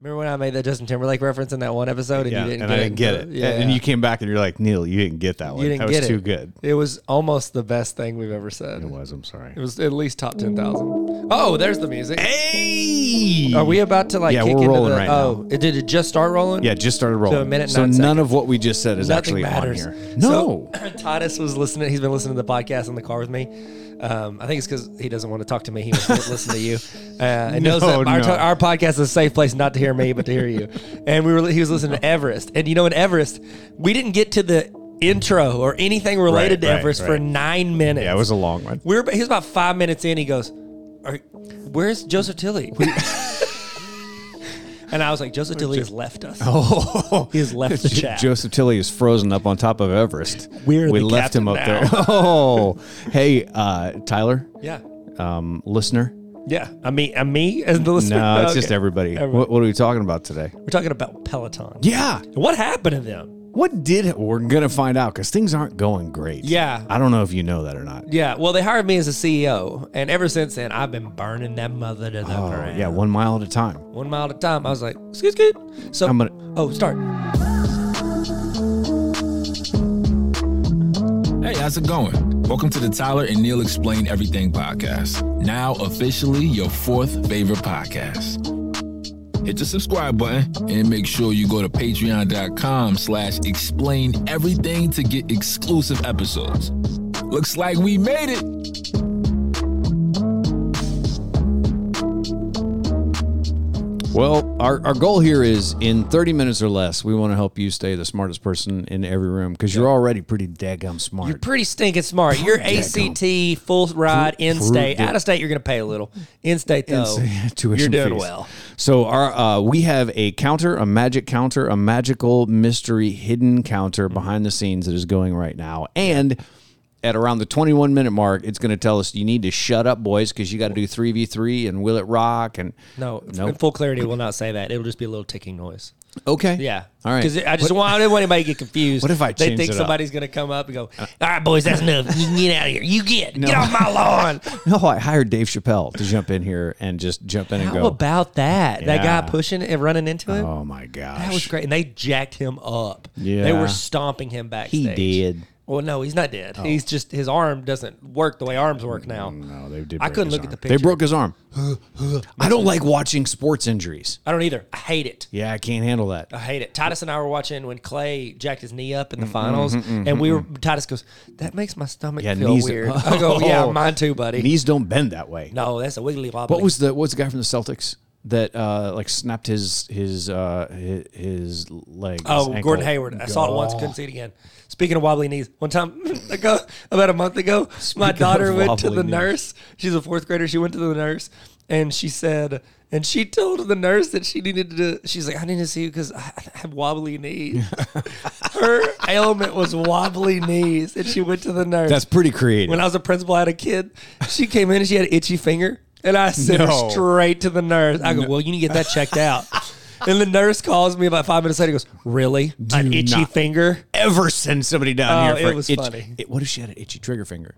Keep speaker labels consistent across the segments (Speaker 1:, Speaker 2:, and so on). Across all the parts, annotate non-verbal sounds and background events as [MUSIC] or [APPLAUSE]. Speaker 1: Remember when I made that Justin Timberlake reference in that one episode and
Speaker 2: yeah,
Speaker 1: you didn't
Speaker 2: and
Speaker 1: get
Speaker 2: I didn't get it.
Speaker 1: Yeah,
Speaker 2: and you came back and you're like, Neil, you didn't get that one.
Speaker 1: You didn't
Speaker 2: that
Speaker 1: get
Speaker 2: was
Speaker 1: it.
Speaker 2: too good.
Speaker 1: It was almost the best thing we've ever said.
Speaker 2: It was. I'm sorry.
Speaker 1: It was at least top ten thousand. Oh, there's the music.
Speaker 2: Hey,
Speaker 1: Are we about to like?
Speaker 2: Yeah,
Speaker 1: kick
Speaker 2: we're
Speaker 1: into
Speaker 2: rolling
Speaker 1: the,
Speaker 2: right
Speaker 1: Oh, it- did it just start rolling?
Speaker 2: Yeah, just started rolling.
Speaker 1: minute,
Speaker 2: so
Speaker 1: nine
Speaker 2: none of what we just said is
Speaker 1: Nothing
Speaker 2: actually
Speaker 1: matters.
Speaker 2: on here. No.
Speaker 1: So, [LAUGHS] Titus was listening. He's been listening to the podcast in the car with me. Um, I think it's because he doesn't want to talk to me. He wants to listen to
Speaker 2: [LAUGHS]
Speaker 1: you. Uh, and knows
Speaker 2: No,
Speaker 1: that our,
Speaker 2: no.
Speaker 1: to- our podcast is a safe place not to hear me, but to hear
Speaker 2: [LAUGHS]
Speaker 1: you. And we were he was listening to Everest. And you know, in Everest, we didn't get to the intro or anything related
Speaker 2: Right,
Speaker 1: to
Speaker 2: right,
Speaker 1: Everest for
Speaker 2: right.
Speaker 1: nine minutes.
Speaker 2: yeah, it was a long one.
Speaker 1: We were he was about five minutes in. He goes, Are, "Where's Joseph Tilly?" [LAUGHS]
Speaker 2: [LAUGHS]
Speaker 1: and I was like, "Joseph Tilly has left us.
Speaker 2: [LAUGHS] Oh,
Speaker 1: He has left the chat."
Speaker 2: Joseph Tilly is frozen up on top of Everest.
Speaker 1: We're
Speaker 2: we
Speaker 1: the
Speaker 2: left him up
Speaker 1: captain
Speaker 2: there. [LAUGHS] Oh, hey, uh, Tyler,
Speaker 1: yeah,
Speaker 2: um, listener.
Speaker 1: yeah. I mean, [LAUGHS] I me as the listener.
Speaker 2: No, it's
Speaker 1: Okay.
Speaker 2: just everybody.
Speaker 1: Everybody.
Speaker 2: What, what are we talking about today?
Speaker 1: We're talking about Peloton.
Speaker 2: Yeah,
Speaker 1: What happened to them?
Speaker 2: what did we're gonna find out because things aren't going great.
Speaker 1: Yeah.
Speaker 2: I don't know if you know that or not.
Speaker 1: Yeah, well, they hired me as a CEO, and ever since then, I've been burning that mother to the
Speaker 2: Oh,
Speaker 1: ground.
Speaker 2: yeah, one mile at a time.
Speaker 1: One mile at a time. I was like, "Scoot, scoot." So
Speaker 2: I'm gonna-
Speaker 1: Oh, start.
Speaker 3: Hey, how's it going? Welcome to the Tyler and Neil Explain Everything podcast. Now, officially your fourth favorite podcast. Hit the subscribe button and make sure you go to patreon.com slash explain everything to get exclusive episodes. Looks like we made it.
Speaker 2: Well, our, our goal here is in 30 minutes or less, we want to help you stay the smartest person in every room because you're already pretty daggum smart.
Speaker 1: You're
Speaker 2: [LAUGHS]
Speaker 1: pretty stinking smart. You're ACT full ride in state.
Speaker 2: prove it.
Speaker 1: Out of state, you're gonna pay a little. In state
Speaker 2: [LAUGHS]
Speaker 1: though,
Speaker 2: tuition
Speaker 1: you're doing
Speaker 2: fees.
Speaker 1: well.
Speaker 2: So our uh, we have a counter, a magic counter, a magical mystery hidden counter behind the scenes that is going right now, and at around the 21 minute mark, it's going to tell us you need to shut up, boys, because you got to do three v three and will it rock and
Speaker 1: No,
Speaker 2: Nope.
Speaker 1: in full clarity, will not say that. It'll just be a little ticking noise.
Speaker 2: okay
Speaker 1: Yeah.
Speaker 2: all right
Speaker 1: Because I just want, I didn't want anybody to get confused.
Speaker 2: What if I
Speaker 1: They
Speaker 2: changed
Speaker 1: think
Speaker 2: it up? Uh,
Speaker 1: somebody's going to come up and go, all right, boys, that's enough. You can get out of here. You get. Get off my
Speaker 2: [LAUGHS]
Speaker 1: lawn.
Speaker 2: no, I hired Dave Chappelle to jump in here and just jump in and
Speaker 1: How
Speaker 2: go.
Speaker 1: about that? That
Speaker 2: Yeah.
Speaker 1: guy pushing and running into him?
Speaker 2: oh my gosh,
Speaker 1: that was great. And they jacked him up. They
Speaker 2: Yeah.
Speaker 1: were stomping him backstage.
Speaker 2: did. Oh.
Speaker 1: Well, no, he's not dead. He's just, his arm doesn't work the way arms work now.
Speaker 2: Mm, No, they did.
Speaker 1: I
Speaker 2: break
Speaker 1: couldn't
Speaker 2: his
Speaker 1: look at
Speaker 2: arm.
Speaker 1: the
Speaker 2: They
Speaker 1: picture.
Speaker 2: broke his arm. I don't like watching sports injuries.
Speaker 1: I don't either. I hate it.
Speaker 2: Yeah, I can't handle that.
Speaker 1: I hate it. Titus and I were watching when Clay jacked his knee up in the finals, and we were. Titus goes, "That makes my stomach
Speaker 2: Yeah,
Speaker 1: feel
Speaker 2: knees- [LAUGHS]
Speaker 1: weird." I go, "Yeah,
Speaker 2: Oh.
Speaker 1: mine too, buddy."
Speaker 2: Knees don't bend that way.
Speaker 1: No, that's a wiggly wobbly.
Speaker 2: What was the what's the guy from the Celtics that uh, like snapped his his uh, his, his leg? his
Speaker 1: Oh,
Speaker 2: ankle?
Speaker 1: Gordon Hayward. I saw it once, couldn't see it again. Speaking of wobbly knees, one time [LAUGHS] ago, about a month ago, my
Speaker 2: of
Speaker 1: daughter went to the
Speaker 2: wobbly knees.
Speaker 1: nurse. She's a fourth grader. She went to the nurse and she said, and she told the nurse that she needed to, she's like, I need to see you because I I have wobbly
Speaker 2: [LAUGHS]
Speaker 1: knees. Her ailment was wobbly knees. And she went to the nurse.
Speaker 2: That's pretty creative.
Speaker 1: When I was a principal, I had a kid. She came in and she had an itchy finger, and I sent her
Speaker 2: No.
Speaker 1: straight to the nurse. I go, "Well, you need to get that checked out." and the nurse calls me about five minutes later. Goes, "Really? an itchy
Speaker 2: not-
Speaker 1: finger?"
Speaker 2: Ever send somebody down
Speaker 1: Oh,
Speaker 2: here for
Speaker 1: it was
Speaker 2: itch-
Speaker 1: funny.
Speaker 2: it- what if she had an itchy trigger finger?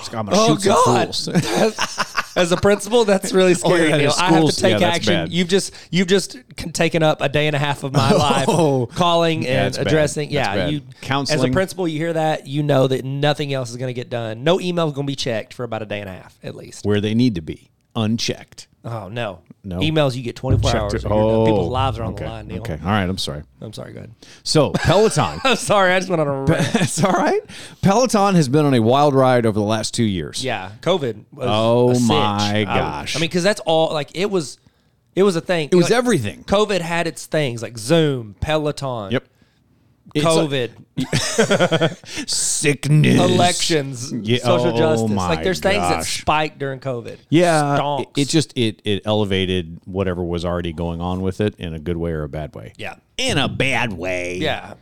Speaker 2: It's like, I'm gonna
Speaker 1: [GASPS] Oh
Speaker 2: shoot some
Speaker 1: God! [LAUGHS]
Speaker 2: fools. Oh,
Speaker 1: That's- As a principal, that's really scary.
Speaker 2: yeah,
Speaker 1: Neil.
Speaker 2: the
Speaker 1: I have to
Speaker 2: schools-
Speaker 1: take
Speaker 2: yeah, that's
Speaker 1: action.
Speaker 2: bad.
Speaker 1: You've just you've just c- taken up a day and a half of
Speaker 2: [LAUGHS]
Speaker 1: my
Speaker 2: Oh.
Speaker 1: life calling
Speaker 2: Yeah,
Speaker 1: and
Speaker 2: that's bad.
Speaker 1: addressing.
Speaker 2: That's
Speaker 1: Yeah,
Speaker 2: bad.
Speaker 1: you As a
Speaker 2: Counseling.
Speaker 1: principal, you hear that, you know that nothing else is going to get done. No email is going to be checked for about a day and a half at least.
Speaker 2: Where they need to be unchecked.
Speaker 1: Oh no,
Speaker 2: No?
Speaker 1: emails you get 24 hours.
Speaker 2: Checked it-
Speaker 1: or you're done.
Speaker 2: Oh,
Speaker 1: People's lives are on
Speaker 2: okay,
Speaker 1: the line. Neil.
Speaker 2: Okay, all right. I'm sorry.
Speaker 1: I'm sorry. Go ahead. [LAUGHS]
Speaker 2: So [LAUGHS] Peloton.
Speaker 1: I'm sorry. I just went on a rant.
Speaker 2: That's all right. Peloton has been on a wild ride over the last two years.
Speaker 1: yeah. COVID. Was
Speaker 2: Oh,
Speaker 1: a cinch.
Speaker 2: my
Speaker 1: I-
Speaker 2: gosh.
Speaker 1: I, mean, because that's all. Like it was, it was a thing.
Speaker 2: It was everything.
Speaker 1: COVID had its things like Zoom, Peloton.
Speaker 2: Yep. It's like-
Speaker 1: COVID,
Speaker 2: sickness.
Speaker 1: elections,
Speaker 2: Yeah,
Speaker 1: social
Speaker 2: oh
Speaker 1: justice.
Speaker 2: my
Speaker 1: Like there's things that
Speaker 2: gosh.
Speaker 1: spiked during COVID.
Speaker 2: Yeah,
Speaker 1: Stonks.
Speaker 2: it, it just it it elevated whatever was already going on with it in a good way or a bad way.
Speaker 1: Yeah.
Speaker 2: in a bad way.
Speaker 1: yeah.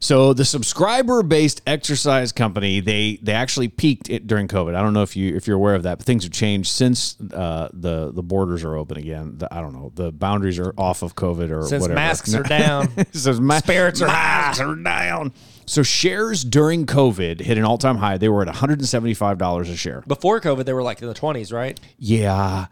Speaker 2: So the subscriber-based exercise company they they actually peaked it during COVID. I don't know if you if you're aware of that, but things have changed since uh, the the borders are open again. The, I don't know the boundaries are off of COVID or
Speaker 1: Since
Speaker 2: whatever.
Speaker 1: masks are
Speaker 2: [LAUGHS]
Speaker 1: down,
Speaker 2: Says ma-
Speaker 1: Spirits are
Speaker 2: masks are down. So shares during COVID hit an all-time high. They were at 175 dollars a share.
Speaker 1: before COVID, they were like in the 20s, right?
Speaker 2: Yeah.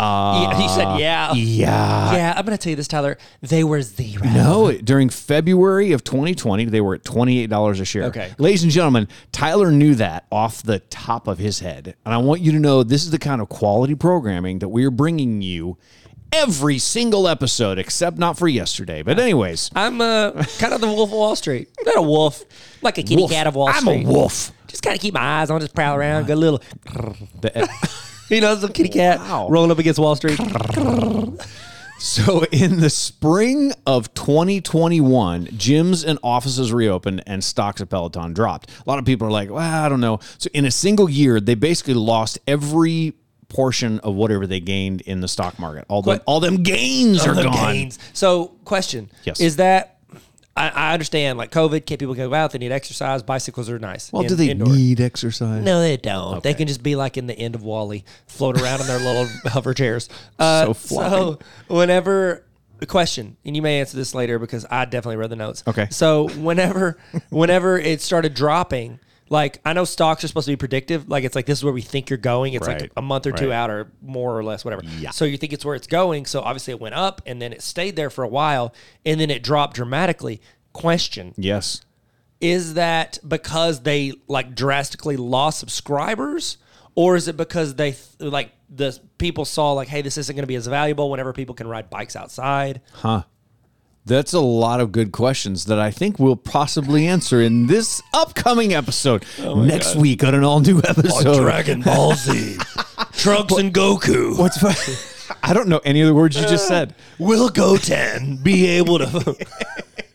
Speaker 2: Uh,
Speaker 1: Yeah, he said, yeah.
Speaker 2: yeah.
Speaker 1: Yeah, I'm going to tell you this, Tyler. They were zero.
Speaker 2: No, during February of 2020, they were at $28 a share.
Speaker 1: Okay.
Speaker 2: Ladies and gentlemen, Tyler knew that off the top of his head. And I want you to know this is the kind of quality programming that we are bringing you every single episode, except not for yesterday. But, anyways,
Speaker 1: I'm uh, kind of the wolf of Wall Street. Not a wolf, like a kitty
Speaker 2: wolf.
Speaker 1: cat of Wall
Speaker 2: I'm
Speaker 1: Street.
Speaker 2: a wolf.
Speaker 1: Just kind of keep my eyes on, just prowl around, get a little, [LAUGHS]
Speaker 2: The- e-
Speaker 1: you know, some kitty cat
Speaker 2: Wow.
Speaker 1: rolling up against Wall Street. [LAUGHS]
Speaker 2: So in the spring of 2021, gyms and offices reopened and stocks of Peloton dropped. A lot of people are like, well, I don't know. So in a single year, they basically lost every portion of whatever they gained in the stock market. All them,
Speaker 1: But-
Speaker 2: all them gains are
Speaker 1: the
Speaker 2: gone.
Speaker 1: gains. So, question:
Speaker 2: Yes.
Speaker 1: is that I, I understand like COVID? Can't people go out? They need exercise. Bicycles are nice.
Speaker 2: Well,
Speaker 1: in-
Speaker 2: do they
Speaker 1: indoor.
Speaker 2: need exercise?
Speaker 1: No, they don't. They can just be like in the end of Wally, float around in their
Speaker 2: [LAUGHS]
Speaker 1: little hover chairs. Uh,
Speaker 2: So floppy.
Speaker 1: whenever the question, and you may answer this later because I definitely read the notes.
Speaker 2: Okay.
Speaker 1: So whenever, whenever it started dropping. Like I know stocks are supposed to be predictive. Like it's like this is where we think you're going. It's
Speaker 2: Right.
Speaker 1: like a month or two
Speaker 2: Right.
Speaker 1: out or more or less, whatever.
Speaker 2: Yeah.
Speaker 1: So you think it's where it's going. So obviously it went up and then it stayed there for a while and then it dropped dramatically. Question
Speaker 2: Yes.
Speaker 1: is that because they like drastically lost subscribers or is it because they th- like the people saw like hey this isn't going to be as valuable whenever people can ride bikes
Speaker 2: [LAUGHS]
Speaker 1: outside
Speaker 2: That's a lot of good questions that I think we'll possibly answer in this upcoming episode next week on an Oh all new episode.
Speaker 1: ball z
Speaker 2: [LAUGHS]
Speaker 1: trunks and goku
Speaker 2: What's fu- [LAUGHS] I don't know any of the words you just said.
Speaker 1: will goten be able
Speaker 2: [LAUGHS]
Speaker 1: to [LAUGHS]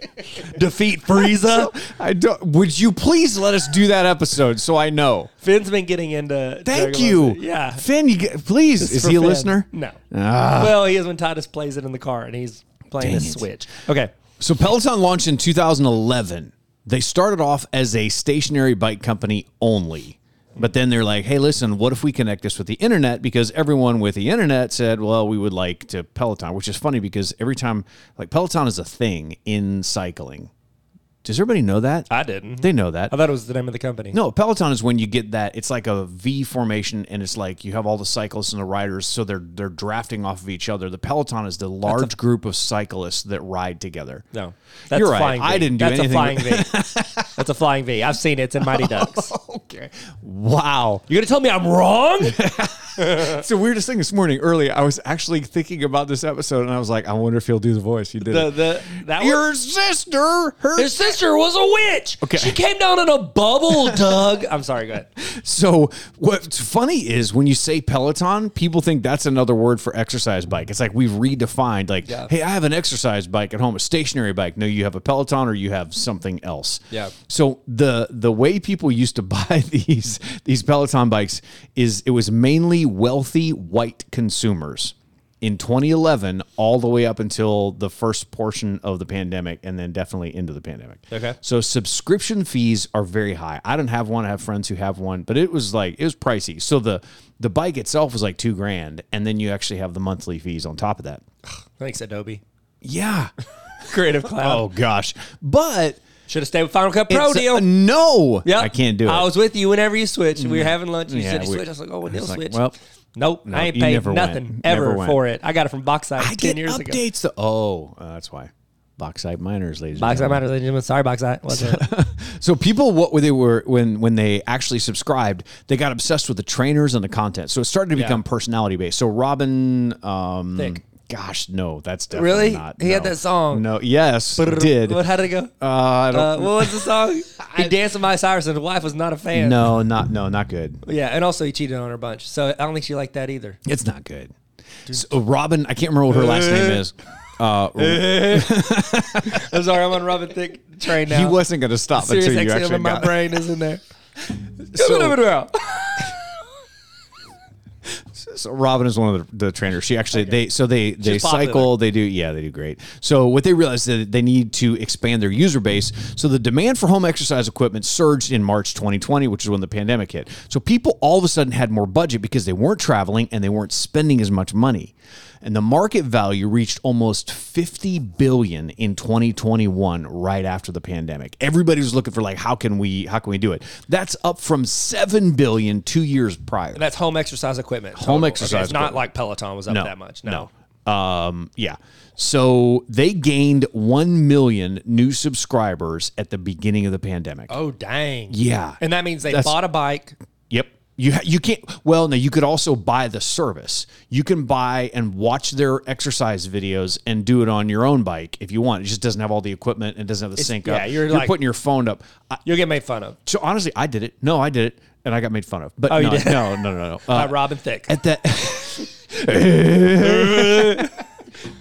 Speaker 1: defeat frieza
Speaker 2: I don't. Would you please let us do that episode so I know?
Speaker 1: finn's been getting into Dragon
Speaker 2: Thank
Speaker 1: Ball
Speaker 2: you.
Speaker 1: Z. yeah
Speaker 2: Finn. You get, please. is
Speaker 1: for
Speaker 2: he a
Speaker 1: Finn.
Speaker 2: listener?
Speaker 1: no
Speaker 2: Ah.
Speaker 1: well he is when titus plays it in the car and he's playing
Speaker 2: Dang
Speaker 1: his
Speaker 2: it.
Speaker 1: switch okay
Speaker 2: So Peloton launched in 2011. They started off as a stationary bike company only. But then they're like, hey, listen, what if we connect this with the internet? Because everyone with the internet said, well, we would like to Peloton, which is funny because every time, like, Peloton is a thing in cycling. Does everybody know that?
Speaker 1: i didn't
Speaker 2: they know that.
Speaker 1: i thought it was the name of the company
Speaker 2: No, Peloton is when you get that. It's like a V formation, and it's like you have all the cyclists and the riders, so they're they're drafting off of each other. The Peloton is the large group of cyclists that ride together.
Speaker 1: No, that's
Speaker 2: You're
Speaker 1: a
Speaker 2: right.
Speaker 1: flying V.
Speaker 2: I didn't do
Speaker 1: that's
Speaker 2: anything
Speaker 1: a flying
Speaker 2: [LAUGHS]
Speaker 1: V. [LAUGHS] that's a flying V. I've seen it. It's in Mighty Ducks.
Speaker 2: Okay. Wow.
Speaker 1: You're gonna tell me I'm wrong?
Speaker 2: It's the weirdest thing this morning. Early, I was actually thinking about this episode, and I was like, I wonder if he'll do [LAUGHS] the voice. He did.
Speaker 1: the, the, that was,
Speaker 2: Your sister, her
Speaker 1: his sister was a witch.
Speaker 2: Okay.
Speaker 1: She came down in a
Speaker 2: [LAUGHS]
Speaker 1: bubble, Doug. I'm sorry. Go ahead.
Speaker 2: So what's funny is when you say Peloton, people think that's another word for exercise bike. It's like we've redefined like,
Speaker 1: Yeah.
Speaker 2: hey, I have an exercise bike at home, a stationary bike. No, you have a Peloton or you have something else.
Speaker 1: Yeah.
Speaker 2: So the the way people used to [LAUGHS] buy these these Peloton bikes is it was mainly wealthy white consumers. In 2011, all the way up until the first portion of the pandemic, and then definitely into the pandemic.
Speaker 1: Okay.
Speaker 2: So subscription fees are very high. I don't have one. I have friends who have one, but it was like it was pricey. So the the bike itself was like two grand, and then you actually have the monthly fees on top of that.
Speaker 1: Thanks, Adobe.
Speaker 2: Yeah.
Speaker 1: Creative Cloud
Speaker 2: [LAUGHS] Oh gosh. But
Speaker 1: should have stayed with Final Cut Pro
Speaker 2: it's-
Speaker 1: deal.
Speaker 2: no.
Speaker 1: Yep.
Speaker 2: I can't do it. Mm.
Speaker 1: I was with you whenever you switched. We were having lunch. You
Speaker 2: Yeah,
Speaker 1: said you
Speaker 2: we-
Speaker 1: switched. I was like, oh, Neil
Speaker 2: It's like,
Speaker 1: switched.
Speaker 2: well,
Speaker 1: nope.
Speaker 2: no,
Speaker 1: I ain't
Speaker 2: you
Speaker 1: paid
Speaker 2: never went.
Speaker 1: nothing
Speaker 2: Never
Speaker 1: ever
Speaker 2: went.
Speaker 1: for it. I got it from Boxside
Speaker 2: I
Speaker 1: ten
Speaker 2: get
Speaker 1: years ago.
Speaker 2: updates. To, oh, uh, that's why. Boxite miners, ladies. and
Speaker 1: Boxside matters,
Speaker 2: gentlemen.
Speaker 1: ladies and gentlemen. Sorry, Boxside.
Speaker 2: [LAUGHS]
Speaker 1: Wasn't it?
Speaker 2: So people, what were they were when when they actually subscribed, they got obsessed with the trainers and the content. So it started to become personality based. So Robin, um,
Speaker 1: Thicke.
Speaker 2: gosh, no, that's definitely
Speaker 1: Really?
Speaker 2: not.
Speaker 1: He had
Speaker 2: no.
Speaker 1: that song.
Speaker 2: No, yes, did.
Speaker 1: What, how did it go?
Speaker 2: Uh, I don't.
Speaker 1: Uh, what was the
Speaker 2: [LAUGHS]
Speaker 1: song? he danced with Miley Cyrus, and his wife was not a fan.
Speaker 2: no, not no, not good.
Speaker 1: Yeah, and also he cheated on her a bunch, so I don't think she liked that either.
Speaker 2: It's not good. So Robin, I can't remember what her last name
Speaker 1: [LAUGHS]
Speaker 2: is. Uh,
Speaker 1: I'm sorry, I'm on Robin Thick train now.
Speaker 2: he wasn't going to
Speaker 1: [LAUGHS]
Speaker 2: stop
Speaker 1: serious
Speaker 2: until you
Speaker 1: accident,
Speaker 2: actually [LAUGHS]
Speaker 1: but my
Speaker 2: got.
Speaker 1: brain is in there.
Speaker 2: So-
Speaker 1: Come on over now.
Speaker 2: So Robin is one of the, the trainers. She actually they so they they
Speaker 1: She's popular.
Speaker 2: cycle. They do yeah they do great. So what they realized is that they need to expand their user base. So the demand for home exercise equipment surged in March 2020, which is when the pandemic hit. So people all of a sudden had more budget because they weren't traveling and they weren't spending as much money. And the market value reached almost 50 billion in 2021 right after the pandemic. Everybody was looking for like how can we how can we do it? That's up from 7 billion 2 years prior.
Speaker 1: That's home exercise equipment.
Speaker 2: Home
Speaker 1: total.
Speaker 2: exercise
Speaker 1: it's not
Speaker 2: equipment.
Speaker 1: like Peloton was up that much. No.
Speaker 2: no. Um, yeah. So they gained 1 million new subscribers at the beginning of the pandemic.
Speaker 1: Oh dang.
Speaker 2: Yeah.
Speaker 1: And that means they
Speaker 2: That's-
Speaker 1: bought a bike.
Speaker 2: Yep. You ha- you can't. Well, no. You could also buy the service. You can buy and watch their exercise videos and do it on your own bike if you want. It just doesn't have all the equipment and doesn't have the sync up.
Speaker 1: yeah, you're like-
Speaker 2: putting your phone up. I,
Speaker 1: You'll get made fun of
Speaker 2: so honestly, I did it. No, I did it, and I got made fun of. But
Speaker 1: Oh, you
Speaker 2: no,
Speaker 1: did?
Speaker 2: no, no, no, no.
Speaker 1: [LAUGHS] by
Speaker 2: Uh,
Speaker 1: Robin Thicke.
Speaker 2: at that. [LAUGHS]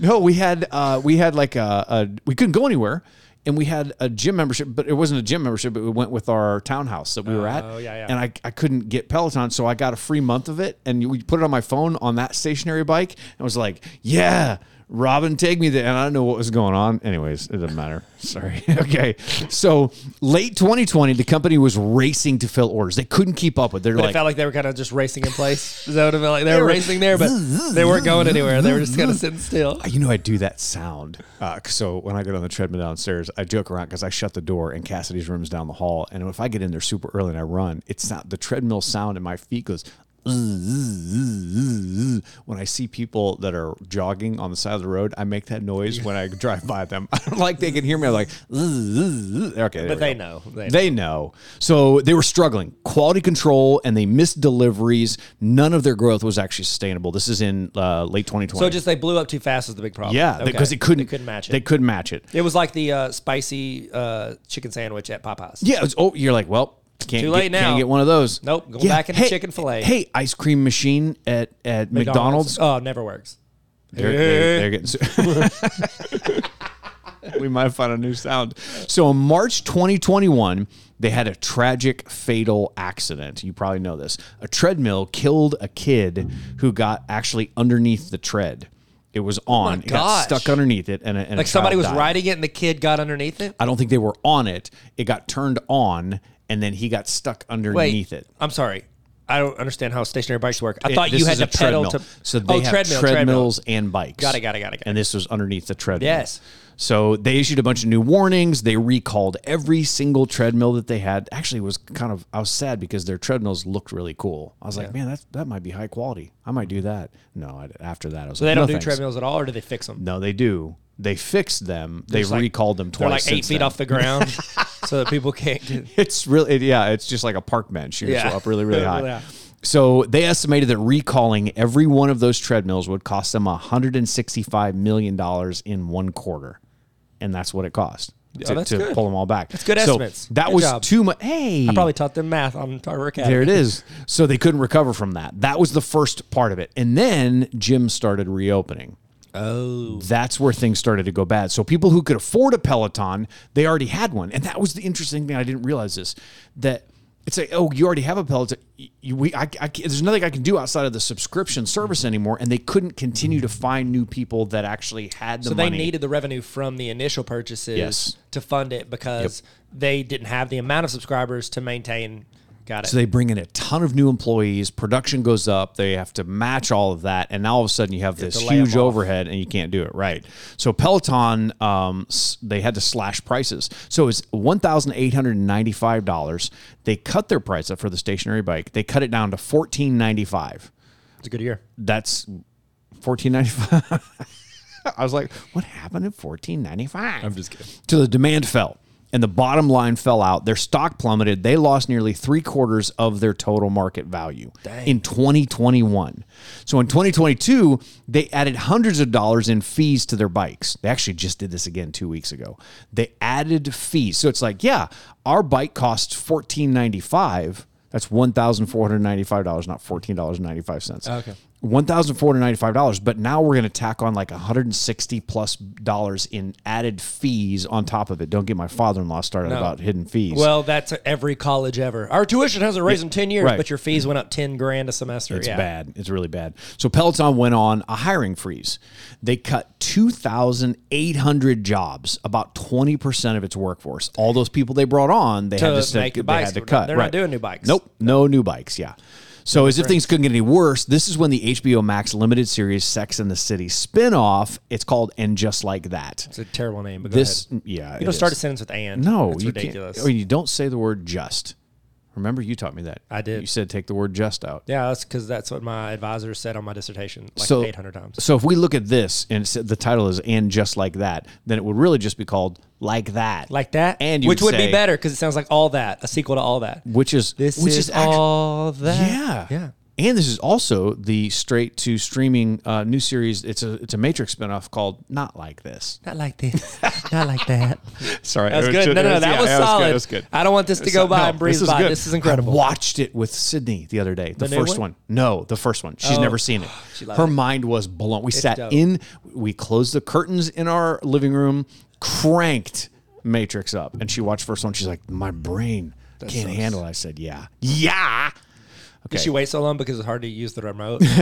Speaker 2: no, we had uh, we had like a, a we couldn't go anywhere, and we had a gym membership, but it wasn't a gym membership. But we went with our townhouse that we were at.
Speaker 1: Oh, yeah, yeah.
Speaker 2: And I, I couldn't get Peloton, so I got a free month of it, and we put it on my phone on that stationary bike, and was like, yeah. Robin, take me there. And I don't know what was going on. Anyways, it doesn't matter. [LAUGHS] Sorry. okay. So late 2020, the company was racing to fill orders. They couldn't keep up with. They're
Speaker 1: But
Speaker 2: like,
Speaker 1: it felt like they were kind of just racing in place. Is that what it felt like? They were racing there,
Speaker 2: [LAUGHS]
Speaker 1: but they weren't going anywhere. They were just kind of sitting still.
Speaker 2: You know, I do that sound. Uh, so when I get on the treadmill downstairs, I joke around because I shut the door and Cassidy's room's down the hall. And if I get in there super early and I run, it's not the treadmill sound in my feet goes. [LAUGHS] When I see people that are jogging on the side of the road, I make that noise when I drive by them. [LAUGHS] I don't like they can hear me. I'm like, [LAUGHS] okay. there we
Speaker 1: But they
Speaker 2: go.
Speaker 1: know. They,
Speaker 2: They know. So they were struggling. Quality control and they missed deliveries. None of their growth was actually sustainable. This is in uh, late 2020.
Speaker 1: so just they blew up too fast was the big problem.
Speaker 2: Yeah, because
Speaker 1: Okay.
Speaker 2: it couldn't
Speaker 1: They couldn't match it.
Speaker 2: They couldn't match it.
Speaker 1: it was like the uh, spicy uh, chicken sandwich at Popeyes.
Speaker 2: Yeah, it was, oh, you're like, well, can't
Speaker 1: Too late
Speaker 2: get,
Speaker 1: now.
Speaker 2: Can't get one of those.
Speaker 1: Nope, going back into Chick-fil-A.
Speaker 2: Hey, ice cream machine at at McDonald's.
Speaker 1: Oh, it never works.
Speaker 2: They're, they're, they're getting. su- [LAUGHS] we might find a new sound. So in March 2021, they had a tragic, fatal accident. You probably know this. A treadmill killed a kid who got actually underneath the tread. It was on. it got
Speaker 1: Oh gosh.
Speaker 2: stuck underneath it, and, a, and a
Speaker 1: Like somebody
Speaker 2: child
Speaker 1: was
Speaker 2: died.
Speaker 1: riding it and the kid got underneath it.
Speaker 2: I don't think they were on it. It got turned on, and then he got stuck underneath it.
Speaker 1: I'm sorry. I don't understand how stationary bikes work. I
Speaker 2: It-
Speaker 1: thought you
Speaker 2: this
Speaker 1: had
Speaker 2: is
Speaker 1: to
Speaker 2: a
Speaker 1: pedal
Speaker 2: treadmill.
Speaker 1: to.
Speaker 2: so they
Speaker 1: oh,
Speaker 2: have
Speaker 1: treadmill, treadmill.
Speaker 2: treadmills and bikes.
Speaker 1: Got it, got it, got it, got it.
Speaker 2: And this was underneath the treadmill.
Speaker 1: Yes.
Speaker 2: So they issued a bunch of new warnings. They recalled every single treadmill that they had. Actually, it was kind of I was sad because their treadmills looked really cool. I was like, man, that that might be high quality. I might do that. No, I, after that, I was
Speaker 1: So
Speaker 2: like,
Speaker 1: they don't
Speaker 2: no,
Speaker 1: do
Speaker 2: thanks.
Speaker 1: treadmills at all, or do they fix them?
Speaker 2: No, they do. They fixed them. They've
Speaker 1: like-
Speaker 2: recalled them
Speaker 1: They're
Speaker 2: twice.
Speaker 1: like eight
Speaker 2: since
Speaker 1: feet
Speaker 2: then.
Speaker 1: off the ground,
Speaker 2: [LAUGHS]
Speaker 1: so that people can't. Do,
Speaker 2: It's really, it- yeah, it's just like a park bench. You
Speaker 1: Yeah.
Speaker 2: go up
Speaker 1: [LAUGHS]
Speaker 2: really, really high.
Speaker 1: Really high.
Speaker 2: So they estimated that recalling every one of those treadmills would cost them $165 million in one quarter. And that's what it cost to,
Speaker 1: Oh, that's
Speaker 2: to
Speaker 1: good.
Speaker 2: pull them all back. That's
Speaker 1: good
Speaker 2: so
Speaker 1: estimates.
Speaker 2: That
Speaker 1: Good
Speaker 2: was
Speaker 1: job.
Speaker 2: too much. Hey.
Speaker 1: I probably taught them math on Tarver Academy. [LAUGHS]
Speaker 2: There it is. So they couldn't recover from that. That was the first part of it. And then gyms started reopening. Oh. That's where things started to go bad. So people who could afford a Peloton, they already had one. And that was the interesting thing. I didn't realize this that it's like, oh, you already have a Peloton. You, we, I, I, can't- there's nothing I can do outside of the subscription service anymore. And they couldn't continue to find new people that actually had the
Speaker 1: So they
Speaker 2: money.
Speaker 1: needed the revenue from the initial purchases
Speaker 2: Yes.
Speaker 1: to fund it because they didn't have the amount of subscribers to maintain. Got it.
Speaker 2: So they bring in a ton of new employees, production goes up, they have to match all of that, and now all of a sudden you have this
Speaker 1: to lay 'em
Speaker 2: huge
Speaker 1: off.
Speaker 2: overhead and you can't do it right. So Peloton, um, s- they had to slash prices. So it's one thousand eight hundred and ninety-five dollars. They cut their price up for the stationary bike. They cut it down to fourteen ninety-five.
Speaker 1: it's a good year.
Speaker 2: That's fourteen ninety-five. [LAUGHS] I was like, what happened in fourteen ninety-five? I'm just kidding. So the demand fell. And the bottom line fell out. Their stock plummeted. They lost nearly three quarters of their total market value in 2021. So in 2022, they added hundreds of dollars in fees to their bikes. They actually just did this again two weeks ago. They added fees. So it's like, yeah, our bike costs $14.95. That's $1,495, not $14.95. Okay. one thousand four hundred ninety-five dollars, but now we're going to tack on like one hundred and sixty plus dollars in added fees on top of it. Don't get my father-in-law started about hidden fees.
Speaker 1: Well, that's every college ever. Our tuition hasn't raised in 10 years,
Speaker 2: Right.
Speaker 1: but your fees went up 10 grand a semester.
Speaker 2: It's
Speaker 1: yeah.
Speaker 2: bad. It's really bad. So Peloton went on a hiring freeze. They cut 2,800 jobs, about 20% of its workforce. All those people they brought on, they had to,
Speaker 1: To
Speaker 2: step-
Speaker 1: make the
Speaker 2: they
Speaker 1: bikes.
Speaker 2: had to
Speaker 1: We're not-
Speaker 2: cut.
Speaker 1: they're not doing new bikes.
Speaker 2: Nope. No new bikes. Yeah. So as if things couldn't get any worse, this is when the HBO Max limited series Sex and the City spinoff, it's called And Just Like That.
Speaker 1: It's a terrible name, but
Speaker 2: This, mm,
Speaker 1: go ahead.
Speaker 2: yeah.
Speaker 1: You
Speaker 2: it
Speaker 1: don't start a
Speaker 2: is.
Speaker 1: sentence with and.
Speaker 2: No,
Speaker 1: It's
Speaker 2: you
Speaker 1: ridiculous.
Speaker 2: Can't, I mean, you don't say the word just. Remember, you taught me that.
Speaker 1: I did.
Speaker 2: You said take the word just out.
Speaker 1: Yeah, that's because that's what my advisor said on my dissertation like 800 times.
Speaker 2: So if we look at this and it said the title is "and just like that," then it would really just be called "like that,"
Speaker 1: Like that?
Speaker 2: and you
Speaker 1: Which would
Speaker 2: say-
Speaker 1: be better because it sounds like all that, a sequel to all that.
Speaker 2: which is
Speaker 1: This
Speaker 2: which
Speaker 1: is,
Speaker 2: actu-
Speaker 1: all that.
Speaker 2: yeah,
Speaker 1: Yeah.
Speaker 2: And this is also the straight to streaming uh, new series. It's a it's a Matrix spinoff called "Not Like This."
Speaker 1: Not like this. [LAUGHS] Not like that.
Speaker 2: [LAUGHS] Sorry,
Speaker 1: That was good. No, no, that was solid. I don't want this to go by and breeze by. This is incredible.
Speaker 2: I watched it with Sydney the other day. The,
Speaker 1: new
Speaker 2: first one?
Speaker 1: one?
Speaker 2: No, the first one. She's
Speaker 1: [SIGHS]
Speaker 2: never seen it.
Speaker 1: loved
Speaker 2: Her
Speaker 1: it.
Speaker 2: mind was blown. We sat
Speaker 1: dope.
Speaker 2: in. We closed the curtains in our living room. Cranked Matrix up, and she watched first one. She's like, "My brain can't handle." it. I said, "Yeah, yeah."
Speaker 1: Did
Speaker 2: Okay.
Speaker 1: she wait so long because it's hard to use the remote? [LAUGHS]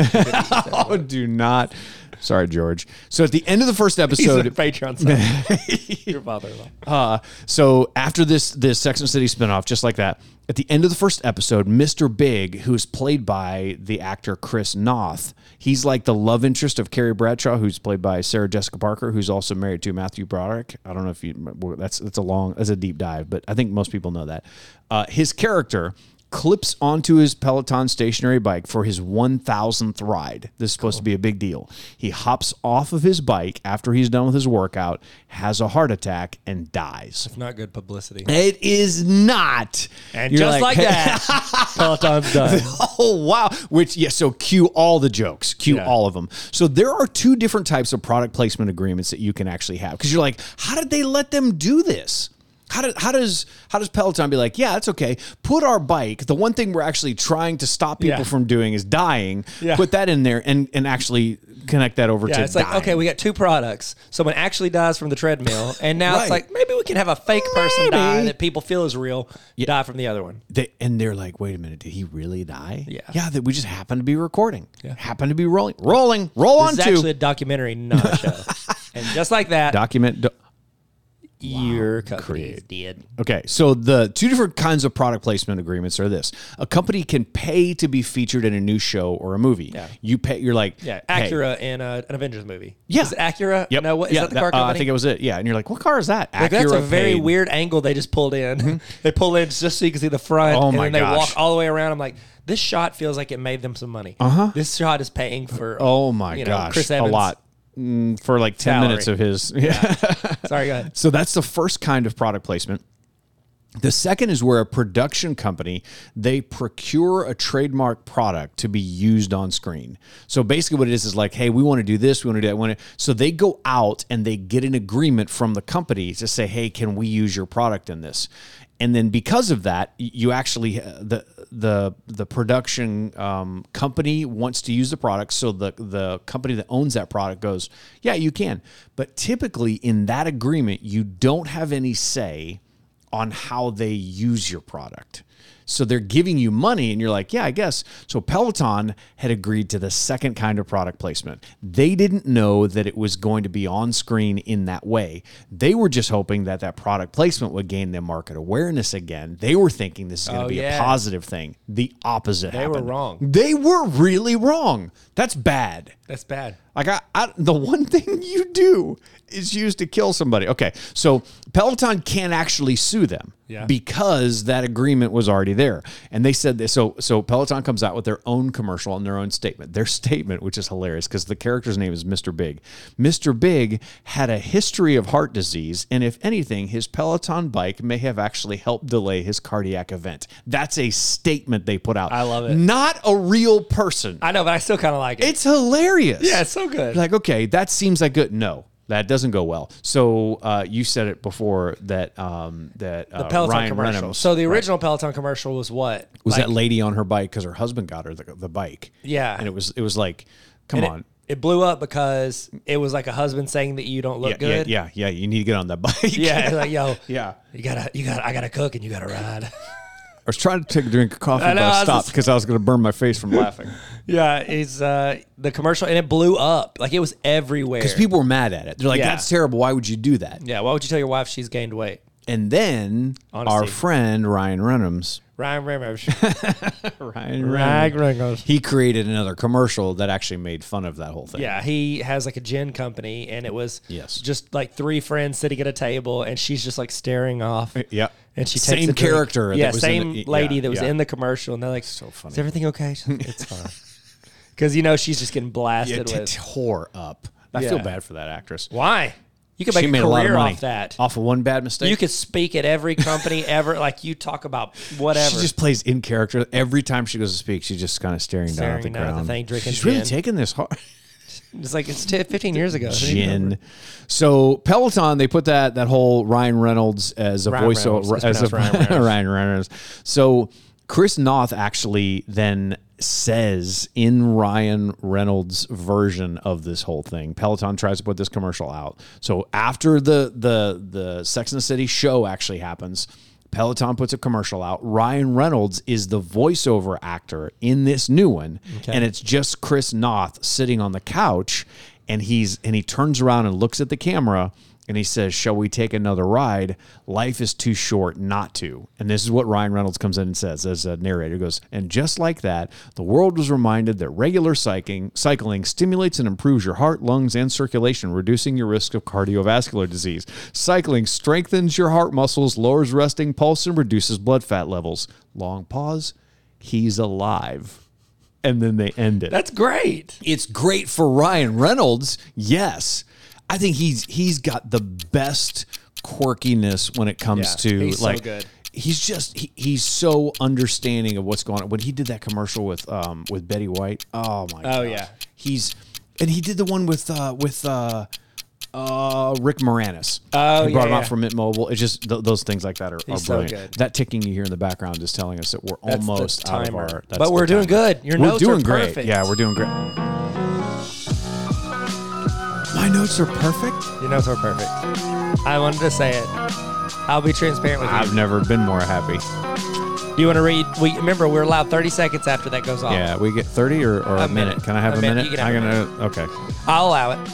Speaker 2: Oh, do not. Sorry, George. So at the end of the first episode,
Speaker 1: [LAUGHS] Patreon side. Your father-in-law.
Speaker 2: Uh, so after this this Sex and the City spinoff, just like that, at the end of the first episode, Mr. Big, who is played by the actor Chris Noth, he's like the love interest of Carrie Bradshaw, who's played by Sarah Jessica Parker, who's also married to Matthew Broderick. I don't know if you well, that's that's a long that's a deep dive, but I think most people know that. Uh, his character clips onto his Peloton stationary bike for his 1000th ride. This is supposed to be a big deal. He hops off of his bike after he's done with his workout, has a heart attack, and dies.
Speaker 1: Not good publicity.
Speaker 2: It is not.
Speaker 1: And
Speaker 2: You're
Speaker 1: just [LAUGHS] like, that, Peloton's done.
Speaker 2: [LAUGHS] Oh wow! Which yeah, so cue all the jokes, cue
Speaker 1: Yeah.
Speaker 2: all of them. So there are two different types of product placement agreements that you can actually have because you're like, how did they let them do this? How, did, how does how does Peloton be like? Yeah, it's okay. Put our bike. The one thing we're actually trying to stop people
Speaker 1: Yeah.
Speaker 2: from doing is dying.
Speaker 1: Yeah.
Speaker 2: Put that in there and and actually connect that over to
Speaker 1: Yeah, it's like
Speaker 2: dying.
Speaker 1: okay, we got two products. Someone actually dies from the treadmill, and now
Speaker 2: Right.
Speaker 1: it's like maybe we can have a fake person die
Speaker 2: Maybe.
Speaker 1: that people feel is real die from the other one.
Speaker 2: they, and they're like, wait a minute, did he really die?
Speaker 1: Yeah.
Speaker 2: yeah. That we just happened to be recording. Yeah. happened to be rolling, rolling, roll
Speaker 1: This is
Speaker 2: on to
Speaker 1: actually a documentary, not a [LAUGHS] show. and just like that,
Speaker 2: document. do-
Speaker 1: your company is dead.
Speaker 2: Okay, so the two different kinds of product placement agreements are this: a company can pay to be featured in a new show or a movie.
Speaker 1: Yeah.
Speaker 2: You pay. You're like,
Speaker 1: Yeah,
Speaker 2: hey,
Speaker 1: Acura in uh, an Avengers movie.
Speaker 2: Yeah.
Speaker 1: is it Acura?
Speaker 2: Yep.
Speaker 1: No, what is
Speaker 2: yeah,
Speaker 1: that? The car
Speaker 2: uh,
Speaker 1: company.
Speaker 2: I think it was it. Yeah, and you're like, what car is that? Acura.
Speaker 1: Like, that's a very
Speaker 2: paid.
Speaker 1: weird angle they just pulled in. [LAUGHS] they pull in just so you can see the front.
Speaker 2: Oh
Speaker 1: and
Speaker 2: my
Speaker 1: then they
Speaker 2: gosh.
Speaker 1: walk all the way around. I'm like, this shot feels like it made them some money. Uh-huh. This shot is paying for.
Speaker 2: [LAUGHS] Oh my
Speaker 1: you know,
Speaker 2: gosh,
Speaker 1: Chris
Speaker 2: a
Speaker 1: Evans.
Speaker 2: lot Mm, for like ten
Speaker 1: Salary.
Speaker 2: minutes of his. [LAUGHS] Yeah.
Speaker 1: [LAUGHS] Sorry, go ahead.
Speaker 2: So that's the first kind of product placement. The second is where a production company they procure a trademark product to be used on screen. So basically, what it is is like, hey, we want to do this, we want to do that, we want to. So they go out and they get an agreement from the company to say, hey, can we use your product in this? And then because of that, y- you actually uh, the the the production um, company wants to use the product, so the the company that owns that product goes, yeah, you can. But typically, in that agreement, you don't have any say on how they use your product. So they're giving you money, and you're like, yeah, I guess. So Peloton had agreed to the second kind of product placement. They didn't know that it was going to be on screen in that way. They were just hoping that that product placement would gain them market awareness again. They were thinking this is going to
Speaker 1: Oh,
Speaker 2: be a
Speaker 1: yeah.
Speaker 2: positive thing. The opposite
Speaker 1: were
Speaker 2: happened.
Speaker 1: wrong.
Speaker 2: They were really wrong. That's bad.
Speaker 1: That's bad.
Speaker 2: Like I, I, the one [LAUGHS] thing you do is used to kill somebody. Okay, so Peloton can't actually sue them
Speaker 1: Yeah.
Speaker 2: because that agreement was already there, and they said this. So, so Peloton comes out with their own commercial and their own statement. Their [LAUGHS] statement, which is hilarious, because the character's name is Mr. Big. Mr. Big had a history of heart disease, and if anything, his Peloton bike may have actually helped delay his cardiac event. That's a statement they put out.
Speaker 1: I love it.
Speaker 2: Not a real person.
Speaker 1: I know, but I still kind of like it.
Speaker 2: It's hilarious.
Speaker 1: Yeah, it's so good.
Speaker 2: Like, okay, that seems like good. No, That doesn't go well. So uh, you said it before that um, that uh,
Speaker 1: The Peloton
Speaker 2: Ryan
Speaker 1: commercial.
Speaker 2: Reynolds
Speaker 1: so the original Peloton commercial was what?
Speaker 2: was
Speaker 1: Like,
Speaker 2: that lady on her bike because her husband got her the, the bike.
Speaker 1: Yeah.
Speaker 2: and it was it was like, come
Speaker 1: and
Speaker 2: on,
Speaker 1: It, it blew up because it was like a husband saying that you don't look
Speaker 2: yeah,
Speaker 1: good.
Speaker 2: yeah, yeah, yeah, you need to get on that [LAUGHS] bike.
Speaker 1: [LAUGHS] Yeah, it's like yo,
Speaker 2: Yeah.
Speaker 1: you gotta, you gotta, I gotta cook and you gotta ride. [LAUGHS]
Speaker 2: I was trying to take a drink of coffee,
Speaker 1: I know,
Speaker 2: but
Speaker 1: I
Speaker 2: I
Speaker 1: was
Speaker 2: stopped
Speaker 1: just-
Speaker 2: because I was going to burn my face from laughing.
Speaker 1: [LAUGHS] yeah, it's uh, the commercial and it blew up like it was everywhere.
Speaker 2: Because people were mad at it. They're like,
Speaker 1: Yeah.
Speaker 2: "That's terrible. Why would you do that?"
Speaker 1: yeah, why would you tell your wife she's gained weight?
Speaker 2: And then our
Speaker 1: Honesty.
Speaker 2: friend Ryan Reynolds,
Speaker 1: [LAUGHS] Ryan Reynolds.
Speaker 2: Ryan
Speaker 1: Ryan Reynolds.
Speaker 2: he created another commercial that actually made fun of that whole
Speaker 1: [LAUGHS]
Speaker 2: thing.
Speaker 1: Yeah, he has like a gin company, and it was
Speaker 2: Yes.
Speaker 1: just like three friends sitting at a table, and she's just like staring off.
Speaker 2: yeah.
Speaker 1: and she takes
Speaker 2: Same
Speaker 1: a drink.
Speaker 2: character that
Speaker 1: Yeah,
Speaker 2: was in
Speaker 1: same
Speaker 2: the- e-,
Speaker 1: lady
Speaker 2: yeah,
Speaker 1: that was
Speaker 2: yeah.
Speaker 1: in the commercial, and they're like,
Speaker 2: So funny.
Speaker 1: Is everything okay? She's like, It's
Speaker 2: [LAUGHS]
Speaker 1: fine. Because you know she's just getting blasted
Speaker 2: it
Speaker 1: with.
Speaker 2: tore up. I
Speaker 1: Yeah.
Speaker 2: feel bad for that actress.
Speaker 1: Why? You could make
Speaker 2: she
Speaker 1: a
Speaker 2: made
Speaker 1: career
Speaker 2: a lot of money
Speaker 1: off that.
Speaker 2: off of one bad mistake.
Speaker 1: You could speak at every [LAUGHS] company ever. Like you talk about whatever.
Speaker 2: She just plays in character every time she goes to speak. She's just kind of staring, down at the
Speaker 1: Staring down at the
Speaker 2: ground.
Speaker 1: thing, drinking
Speaker 2: She's really
Speaker 1: gin.
Speaker 2: taking this hard.
Speaker 1: it's like it's t- 15 years ago.
Speaker 2: [LAUGHS] gin. So Peloton, they put that that whole Ryan Reynolds as a
Speaker 1: Ryan
Speaker 2: voice
Speaker 1: Reynolds. It's
Speaker 2: as a
Speaker 1: pronounced
Speaker 2: [LAUGHS]
Speaker 1: Ryan Reynolds.
Speaker 2: Ryan Reynolds. So Chris Noth actually then says in Ryan Reynolds' version of this whole thing, Peloton tries to put this commercial out. So after the the the Sex and the City show actually happens. Peloton puts a commercial out. Ryan Reynolds is the voiceover actor in this new one, and it's just Chris Noth sitting on the couch, and he's and he turns around and looks at the camera, and he says, "Shall we take another ride? Life is too short not to." And this is what Ryan Reynolds comes in and says as a narrator. He goes, "And just like that, the world was reminded that regular cycling cycling stimulates and improves your heart, lungs, and circulation, reducing your risk of cardiovascular disease. Cycling strengthens your heart muscles, lowers resting pulse, and reduces blood fat levels." Long pause. He's alive. And then they end it
Speaker 1: That's great.
Speaker 2: it's great for Ryan Reynolds. Yes, I think he's he's got the best quirkiness when it comes
Speaker 1: Yeah,
Speaker 2: to
Speaker 1: he's so
Speaker 2: like
Speaker 1: good.
Speaker 2: he's just he, he's so understanding of what's going on. When he did that commercial with um with Betty White, oh my
Speaker 1: Oh,
Speaker 2: gosh.
Speaker 1: yeah.
Speaker 2: he's and he did the one with uh with uh. Uh, Rick Moranis.
Speaker 1: Oh,
Speaker 2: he brought
Speaker 1: yeah,
Speaker 2: him
Speaker 1: yeah.
Speaker 2: out from Mint Mobile. It's just th- those things like that are, are
Speaker 1: He's so
Speaker 2: brilliant.
Speaker 1: good.
Speaker 2: That ticking you hear in the background is telling us that we're
Speaker 1: That's the
Speaker 2: almost out of
Speaker 1: timer.
Speaker 2: our. that's
Speaker 1: But
Speaker 2: the
Speaker 1: we're doing
Speaker 2: timer.
Speaker 1: good. Your
Speaker 2: we're
Speaker 1: notes are
Speaker 2: doing great.
Speaker 1: perfect.
Speaker 2: Yeah, we're doing great. My notes are perfect.
Speaker 1: You know, so perfect. I wanted to say it. I'll be transparent with you.
Speaker 2: I've never been more happy.
Speaker 1: Do you want to read? We remember we're allowed 30 seconds after that goes off.
Speaker 2: Yeah, we get 30 or, or a, minute.
Speaker 1: minute.
Speaker 2: Can I have
Speaker 1: Oh. A
Speaker 2: a,
Speaker 1: minute.
Speaker 2: minute?
Speaker 1: You can have
Speaker 2: I'm
Speaker 1: a
Speaker 2: gonna okay.
Speaker 1: I'll allow it.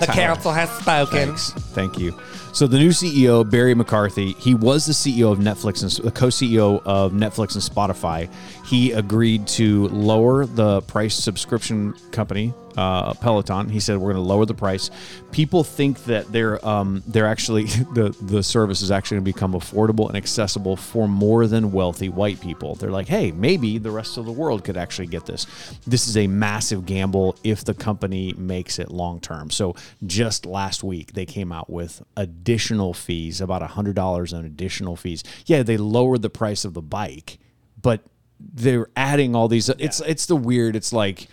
Speaker 1: The
Speaker 2: Tyler.
Speaker 1: council has spoken.
Speaker 2: Thanks. Thank you. So the new CEO, Barry McCarthy, he was the CEO of Netflix and the co-CEO of Netflix and Spotify. He agreed to lower the price subscription company, uh, Peloton. He said we're going to lower the price. People think that they're um, they're actually [LAUGHS] the the service is actually going to become affordable and accessible for more than wealthy white people. They're like, hey, maybe the rest of the world could actually get this. This is a massive gamble if the company makes it long term. So just last week, they came out with additional fees, about $100 on additional fees. Yeah, they lowered the price of the bike, but they're adding all these. It's, it's the weird, it's like,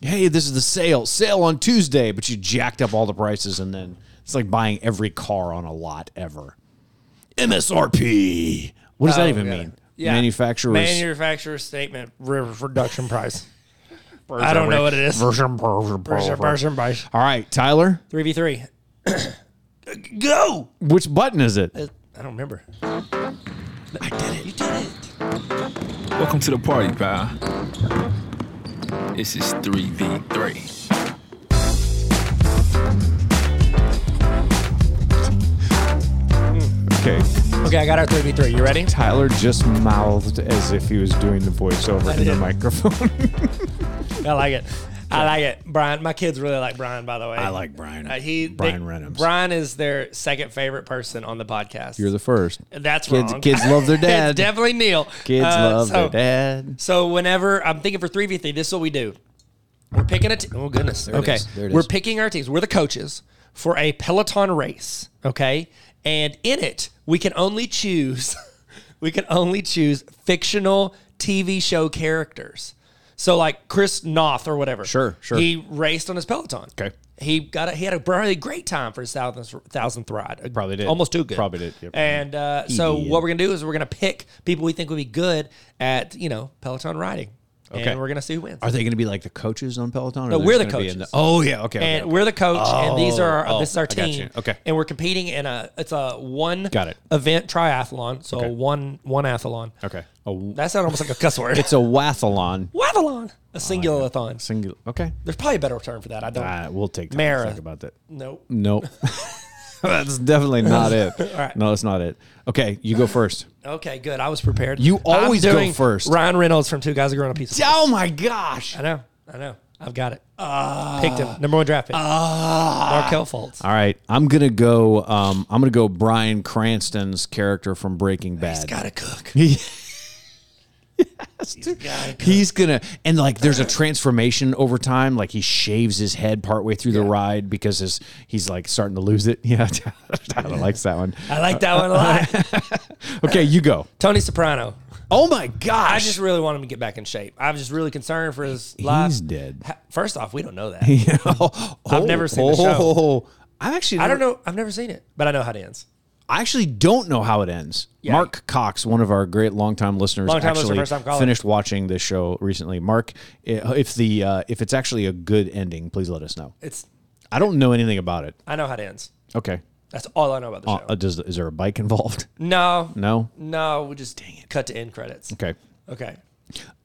Speaker 2: hey, this is the sale, sale on Tuesday, but you jacked up all the prices and then it's like buying every car on a lot ever. MSRP. What does that
Speaker 1: Oh,
Speaker 2: even
Speaker 1: got it.
Speaker 2: mean?
Speaker 1: Yeah.
Speaker 2: Manufacturers.
Speaker 1: Manufacturer's statement re- reduction price. I don't know what it is. Version price.
Speaker 2: All right, Tyler,
Speaker 1: 3v3. Go!
Speaker 2: which button is it?
Speaker 1: I don't remember. I did it. You did it.
Speaker 3: Welcome to the party, pal. This is 3v3.
Speaker 2: Okay.
Speaker 1: Okay, I got our 3v3. You [LAUGHS] ready?
Speaker 2: Tyler just mouthed as if he was doing the voiceover
Speaker 1: [LAUGHS]
Speaker 2: in the microphone.
Speaker 1: I like it. I like it. Brian, my kids really like Brian, by the way.
Speaker 2: I like Brian.
Speaker 1: Uh, he
Speaker 2: Brian
Speaker 1: they-
Speaker 2: Reynolds.
Speaker 1: Brian is their second favorite person on the podcast.
Speaker 2: You're the first.
Speaker 1: That's
Speaker 2: Kids,
Speaker 1: wrong.
Speaker 2: kids love
Speaker 1: [LAUGHS]
Speaker 2: their
Speaker 1: it's
Speaker 2: dad.
Speaker 1: definitely Neil.
Speaker 2: kids
Speaker 1: Uh,
Speaker 2: love
Speaker 1: so,
Speaker 2: their dad.
Speaker 1: So whenever I'm thinking for three v three, this is what we do. We're picking a te- oh goodness
Speaker 2: it
Speaker 1: okay
Speaker 2: is. There it
Speaker 1: we're
Speaker 2: is.
Speaker 1: picking our teams. We're the coaches for a peloton race. Okay, and in it we can only choose [LAUGHS] we can only choose fictional TV show characters. So like Chris Noth or whatever.
Speaker 2: Sure, sure.
Speaker 1: He raced on his peloton.
Speaker 2: Okay.
Speaker 1: He got a, he had a probably great time for his thousandth thousandth ride.
Speaker 2: Probably did.
Speaker 1: almost too good.
Speaker 2: Probably did, yep.
Speaker 1: And uh, so
Speaker 2: did.
Speaker 1: what we're gonna do is we're gonna pick people we think would be good at you know Peloton riding,
Speaker 2: Okay.
Speaker 1: and we're gonna see who wins.
Speaker 2: Are they going to be like the coaches on Peloton? or
Speaker 1: No,
Speaker 2: they're
Speaker 1: we're
Speaker 2: just
Speaker 1: the
Speaker 2: gonna be in
Speaker 1: coaches.
Speaker 2: oh yeah, okay. okay,
Speaker 1: and
Speaker 2: okay.
Speaker 1: we're the coach, and these are
Speaker 2: Oh,
Speaker 1: this is our
Speaker 2: I got
Speaker 1: team.
Speaker 2: you. Okay.
Speaker 1: and we're competing in a it's a one
Speaker 2: Got it.
Speaker 1: event triathlon, so
Speaker 2: Okay.
Speaker 1: one one athlon.
Speaker 2: okay. Oh,
Speaker 1: That sounded almost like a cuss word. [LAUGHS]
Speaker 2: it's Oh, a wathalon.
Speaker 1: Wathalon, a singulathon.
Speaker 2: Singular. Okay.
Speaker 1: There's probably a better term for that. I don't.
Speaker 2: Uh, we'll take time
Speaker 1: Mara.
Speaker 2: to think about that.
Speaker 1: Nope.
Speaker 2: Nope. [LAUGHS] That's definitely
Speaker 1: [LAUGHS]
Speaker 2: not it.
Speaker 1: right.
Speaker 2: No, it's not it. Okay, you go first.
Speaker 1: Okay, good. I was prepared.
Speaker 2: You
Speaker 1: I'm
Speaker 2: always go
Speaker 1: doing
Speaker 2: first.
Speaker 1: Ryan Reynolds from Two Guys Who Grown a Piece. Of
Speaker 2: Oh my gosh.
Speaker 1: I know. I know. I've got it.
Speaker 2: Ah.
Speaker 1: Picked him. Number one draft pick. Markel Fultz.
Speaker 2: All right, I'm gonna go. Um, I'm gonna go Brian Cranston's character from Breaking
Speaker 1: He's
Speaker 2: Bad. [LAUGHS]
Speaker 1: got to cook.
Speaker 2: He's gonna and like there's a transformation over time. Like he shaves his head partway through the ride because his, he's like starting to lose it. [LAUGHS] Yeah, Tyler likes that
Speaker 1: [LAUGHS]
Speaker 2: one.
Speaker 1: I like that one a lot.
Speaker 2: Okay, you go.
Speaker 1: [LAUGHS] Tony Soprano.
Speaker 2: Oh my
Speaker 1: I
Speaker 2: gosh, [LAUGHS]
Speaker 1: just really want him to get back in shape. I'm just really concerned for his life.
Speaker 2: dead.
Speaker 1: Ha- First off, we don't know that.
Speaker 2: I've
Speaker 1: never seen the
Speaker 2: oh,
Speaker 1: show.
Speaker 2: I actually
Speaker 1: I don't know. I've never seen it, but I know how it ends.
Speaker 2: I actually don't know how it ends.
Speaker 1: Yeah.
Speaker 2: Mark Cox, one of our great longtime listeners,
Speaker 1: Longtime listener,
Speaker 2: actually
Speaker 1: first-time caller.
Speaker 2: finished watching this show recently. Mark, i- if the uh, if it's actually a good ending, please let us know.
Speaker 1: It's.
Speaker 2: I don't know anything about it.
Speaker 1: I know how it ends.
Speaker 2: Okay,
Speaker 1: That's all I know about the show.
Speaker 2: uh, does is there a bike involved? [LAUGHS]
Speaker 1: no.
Speaker 2: No.
Speaker 1: No. We just cut to end credits.
Speaker 2: Okay,
Speaker 1: Okay.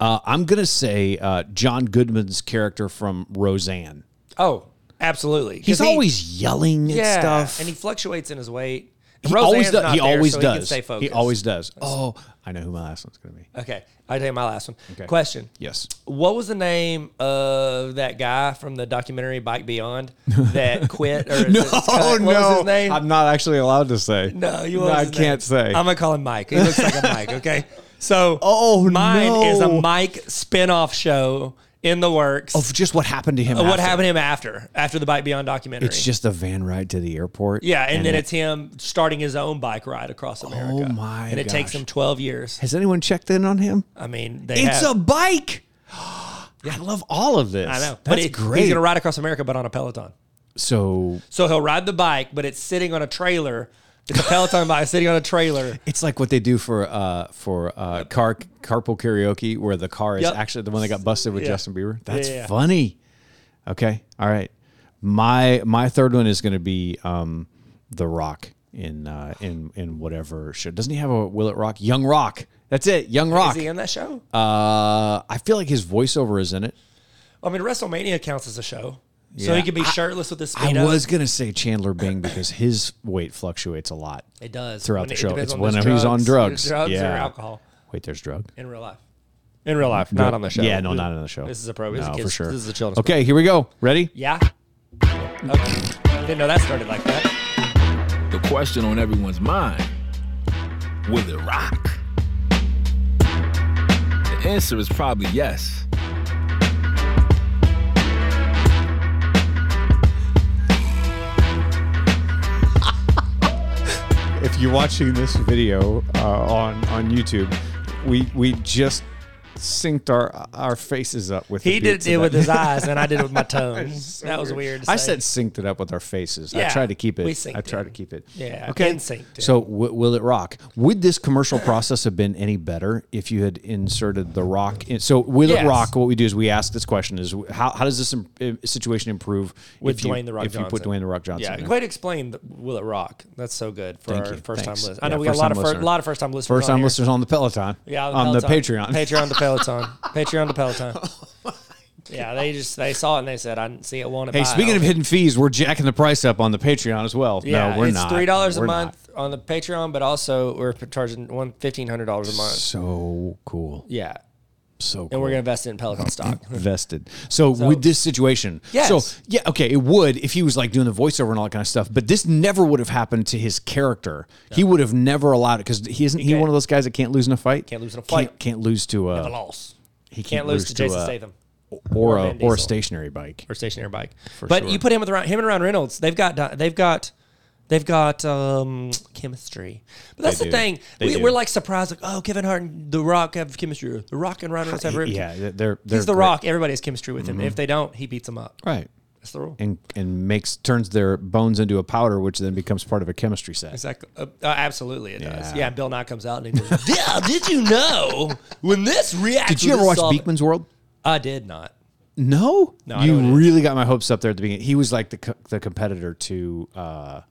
Speaker 2: uh, I'm gonna say uh, John Goodman's character from Roseanne.
Speaker 1: Oh, absolutely. 'Cause
Speaker 2: He's
Speaker 1: he-
Speaker 2: always yelling at stuff.
Speaker 1: And he fluctuates in his weight.
Speaker 2: He always does.
Speaker 1: Not
Speaker 2: He
Speaker 1: there,
Speaker 2: always
Speaker 1: so He, can
Speaker 2: does.
Speaker 1: stay
Speaker 2: He,
Speaker 1: focused.
Speaker 2: always does. Oh, I know who my last one's gonna be.
Speaker 1: Okay, I'll take my last one. Question:
Speaker 2: Yes.
Speaker 1: What was the name of that guy from the documentary Bike Beyond
Speaker 2: [LAUGHS]
Speaker 1: that quit? Or no, what was his name?
Speaker 2: I'm not actually allowed to say.
Speaker 1: no, you.
Speaker 2: No,
Speaker 1: what was
Speaker 2: I
Speaker 1: his name?
Speaker 2: can't say.
Speaker 1: I'm gonna call him Mike. He looks like a Mike. Okay, so
Speaker 2: Oh,
Speaker 1: mine is a
Speaker 2: no.
Speaker 1: Mike spinoff show in the works.
Speaker 2: of just what happened to him.
Speaker 1: what
Speaker 2: after.
Speaker 1: happened to him after after the Bike Beyond documentary?
Speaker 2: It's just a van ride to the airport.
Speaker 1: yeah, and, then it's him starting his own bike ride across America.
Speaker 2: Oh my
Speaker 1: And it takes
Speaker 2: gosh.
Speaker 1: him 12 years.
Speaker 2: Has anyone checked in on him?
Speaker 1: I mean, they
Speaker 2: It's
Speaker 1: have,
Speaker 2: a [GASPS] bike. I love all of this.
Speaker 1: I know,
Speaker 2: That's
Speaker 1: but it-
Speaker 2: great.
Speaker 1: He's gonna ride across America, but on a Peloton.
Speaker 2: so
Speaker 1: So he'll ride the bike, but it's sitting on a trailer. It's a Peloton bike sitting on a trailer.
Speaker 2: it's like what they do for uh for uh car carpool karaoke, where the car is
Speaker 1: Yep.
Speaker 2: actually the one that got busted with
Speaker 1: Yeah.
Speaker 2: Justin Bieber. That's
Speaker 1: yeah, yeah.
Speaker 2: funny. Okay, all right. My my third one is going to be um the Rock in uh in in whatever show. Doesn't he have a Will It Rock? Young Rock. That's it. Young Rock.
Speaker 1: Is he in that show?
Speaker 2: Uh, I feel like his voiceover is in it.
Speaker 1: I mean, WrestleMania counts as a show, so
Speaker 2: Yeah.
Speaker 1: he could be shirtless with his
Speaker 2: I
Speaker 1: speedo.
Speaker 2: was gonna say Chandler Bing because his weight fluctuates a lot
Speaker 1: It does
Speaker 2: throughout
Speaker 1: When
Speaker 2: the
Speaker 1: it
Speaker 2: show.
Speaker 1: depends
Speaker 2: It's
Speaker 1: on his
Speaker 2: whenever he's on drugs.
Speaker 1: drugs
Speaker 2: yeah.
Speaker 1: or alcohol
Speaker 2: Wait, there's drug.
Speaker 1: in real life. In real life, not on the show.
Speaker 2: Yeah, no, not on the show.
Speaker 1: This is a pro. This is
Speaker 2: No,
Speaker 1: a
Speaker 2: for
Speaker 1: kid's-
Speaker 2: sure.
Speaker 1: This is a children's.
Speaker 2: Okay, here we go. Ready?
Speaker 1: Yeah. Okay. Didn't know that started like that.
Speaker 3: The question on everyone's mind will it rock? The answer is probably yes.
Speaker 2: If you're watching this video uh, on on YouTube, we we just synced our our faces up with.
Speaker 1: He did it with his eyes, and I did it with my tongue. that was weird. to
Speaker 2: [LAUGHS] I
Speaker 1: say.
Speaker 2: said synced it up with our faces. I
Speaker 1: Yeah,
Speaker 2: tried to keep it.
Speaker 1: we synced
Speaker 2: I tried
Speaker 1: it.
Speaker 2: to keep it.
Speaker 1: Yeah,
Speaker 2: Okay.
Speaker 1: and synced it.
Speaker 2: So w- will it rock? Would this commercial process have been any better if you had inserted the rock? In? So will
Speaker 1: Yes.
Speaker 2: it rock? What we do is we ask this question: Is how, how does this im- im- situation improve
Speaker 1: With
Speaker 2: if you,
Speaker 1: Dwayne The Rock
Speaker 2: if you put
Speaker 1: Johnson.
Speaker 2: Dwayne the Rock Johnson?
Speaker 1: Yeah,
Speaker 2: in?
Speaker 1: way to explain. The, Will it rock? That's so good for
Speaker 2: Thank
Speaker 1: our
Speaker 2: you.
Speaker 1: first time
Speaker 2: Thanks.
Speaker 1: listeners. I
Speaker 2: Yeah,
Speaker 1: know we got a lot
Speaker 2: first-time
Speaker 1: of fir-
Speaker 2: listener.
Speaker 1: lot of first time listeners.
Speaker 2: First
Speaker 1: on
Speaker 2: time
Speaker 1: here.
Speaker 2: listeners on the Peloton.
Speaker 1: Yeah,
Speaker 2: on the
Speaker 1: Peloton. [LAUGHS]
Speaker 2: Patreon.
Speaker 1: Patreon to Peloton. Patreon to [LAUGHS] Peloton. Yeah, they just they saw it and they said, "I didn't see it." Wanted.
Speaker 2: Hey, speaking of hidden fees, we're jacking the price up on the Patreon as well.
Speaker 1: yeah,
Speaker 2: no, we're
Speaker 1: it's
Speaker 2: not.
Speaker 1: three dollars a
Speaker 2: We're not.
Speaker 1: month on the Patreon, but also we're charging one fifteen hundred dollars a month.
Speaker 2: So cool.
Speaker 1: Yeah,
Speaker 2: So cool.
Speaker 1: and we're gonna invest it in Peloton [CLEARS THROAT] stock. [LAUGHS]
Speaker 2: vested. So, with this situation,
Speaker 1: Yes.
Speaker 2: so yeah, okay, it would if he was like doing the voiceover and all that kind of stuff. But this never would have happened to his character. He would have never allowed it because he isn't he
Speaker 1: can't.
Speaker 2: one of those guys that can't lose in a fight.
Speaker 1: Can't lose in a
Speaker 2: Can't,
Speaker 1: fight.
Speaker 2: can't lose to
Speaker 1: A
Speaker 2: a
Speaker 1: loss.
Speaker 2: he
Speaker 1: Can't, lose, to Jason
Speaker 2: a-
Speaker 1: Statham
Speaker 2: or
Speaker 1: or
Speaker 2: a
Speaker 1: Vin
Speaker 2: or a
Speaker 1: Diesel.
Speaker 2: stationary bike.
Speaker 1: or stationary bike. but
Speaker 2: sure.
Speaker 1: you put him with Ryan, him and Ryan Reynolds. They've got di- they've got they've got um, chemistry. But that's
Speaker 2: They
Speaker 1: the
Speaker 2: do.
Speaker 1: thing.
Speaker 2: They
Speaker 1: We,
Speaker 2: do.
Speaker 1: we're like surprised, like oh, Kevin Hart and The Rock have chemistry. The Rock and Ryan Reynolds have.
Speaker 2: Yeah, they're they're
Speaker 1: He's The
Speaker 2: great. Mm-hmm.
Speaker 1: Rock. Everybody has chemistry with him. If they don't, he beats them up.
Speaker 2: right?
Speaker 1: That's the rule.
Speaker 2: and and makes turns their bones into a powder, which then becomes part of a chemistry set.
Speaker 1: Exactly. Uh, uh, absolutely, it does.
Speaker 2: Yeah.
Speaker 1: Yeah. Bill Nye comes out and he goes, "Yeah, did you know when this reacts?"
Speaker 2: Did you
Speaker 1: with
Speaker 2: ever watch
Speaker 1: this solvent-"
Speaker 2: Beekman's World?
Speaker 1: I did not.
Speaker 2: No,
Speaker 1: No, I know what it
Speaker 2: You
Speaker 1: is.
Speaker 2: really got my hopes up there at the beginning. He was like the co- the competitor to. Uh,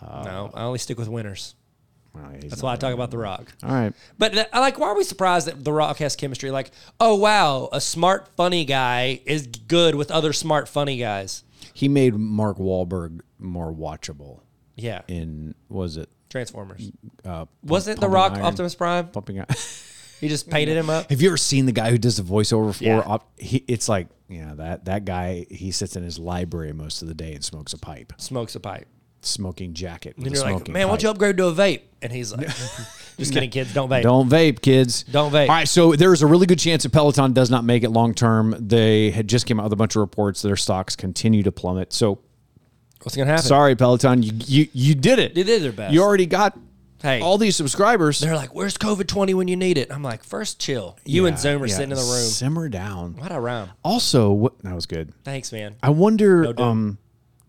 Speaker 1: no, I only stick with winners.
Speaker 2: well, he's
Speaker 1: That's
Speaker 2: not-
Speaker 1: why I talk about The Rock.
Speaker 2: All right.
Speaker 1: But th- like, why are we surprised that The Rock has chemistry? Like, oh wow, a smart, funny guy is good with other smart, funny guys.
Speaker 2: He made Mark Wahlberg more watchable
Speaker 1: Yeah,
Speaker 2: in was it
Speaker 1: Transformers. was it The
Speaker 2: Pumping
Speaker 1: Rock
Speaker 2: Iron.
Speaker 1: Optimus Prime?
Speaker 2: pumping out? [LAUGHS]
Speaker 1: He just painted him up.
Speaker 2: Have you ever seen the guy who does the voiceover for?
Speaker 1: Yeah.
Speaker 2: Op- he, it's like you know that that guy. He sits in his library most of the day and smokes a pipe,
Speaker 1: Smokes a pipe.
Speaker 2: smoking jacket. With
Speaker 1: And
Speaker 2: a
Speaker 1: you're like,
Speaker 2: smoking
Speaker 1: man, why don't
Speaker 2: pipe."
Speaker 1: you upgrade to a vape? And he's
Speaker 2: [LAUGHS]
Speaker 1: like, just kidding, kids, don't vape.
Speaker 2: Don't vape, kids.
Speaker 1: Don't vape.
Speaker 2: All right, so there's a really good chance that Peloton does not make it long term. They had just came out with a bunch of reports. Their stocks continue to plummet. So
Speaker 1: What's gonna happen?
Speaker 2: sorry, Peloton, you you, you did it.
Speaker 1: They did their best.
Speaker 2: You already got
Speaker 1: Hey.
Speaker 2: all these subscribers.
Speaker 1: They're like, "Where's COVID twenty when you need it?" I'm like, first chill. You and Zoom are
Speaker 2: Yeah,
Speaker 1: sitting in the room.
Speaker 2: Simmer down.
Speaker 1: What a rhyme.
Speaker 2: Also, what that was good.
Speaker 1: Thanks, man.
Speaker 2: I wonder.
Speaker 1: Doom.
Speaker 2: um,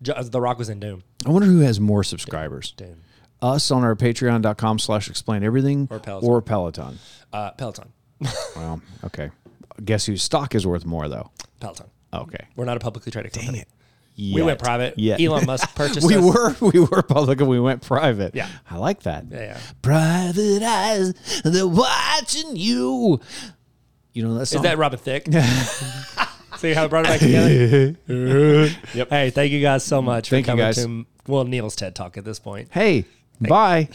Speaker 1: Jo- the Rock was in Doom.
Speaker 2: I wonder who has more subscribers.
Speaker 1: Doom.
Speaker 2: Us on our Patreon.com slash Explain Everything or
Speaker 1: Peloton.
Speaker 2: Or Peloton.
Speaker 1: Uh, Peloton.
Speaker 2: Wow. Okay. Guess whose stock is worth more though?
Speaker 1: Peloton.
Speaker 2: Okay.
Speaker 1: We're not a publicly traded company.
Speaker 2: Yet.
Speaker 1: We went private.
Speaker 2: Yet. [LAUGHS]
Speaker 1: Elon Musk purchased
Speaker 2: we
Speaker 1: us.
Speaker 2: were [LAUGHS] we were public and we went private.
Speaker 1: Yeah.
Speaker 2: I like that.
Speaker 1: yeah.
Speaker 2: Private eyes, they're watching you. You know that song.
Speaker 1: Is that Robin
Speaker 2: [LAUGHS]
Speaker 1: Thicke? [LAUGHS] See how I brought it back together?
Speaker 2: [LAUGHS]
Speaker 1: yep. Hey, thank you guys so much
Speaker 2: Thank
Speaker 1: for
Speaker 2: you
Speaker 1: coming
Speaker 2: guys.
Speaker 1: to well Neil's TED Talk at this point.
Speaker 2: hey, bye.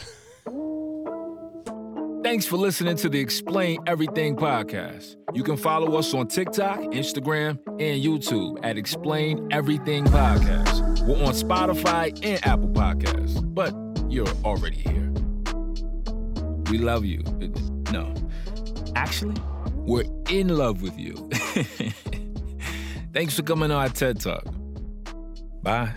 Speaker 3: Thanks for listening to the Explain Everything podcast. You can follow us on TikTok, Instagram, and YouTube at Explain Everything Podcast. We're on Spotify and Apple Podcasts, but you're already here. We love you. No, actually, we're in love [LAUGHS] with you. Thanks for coming on our TED Talk. Bye.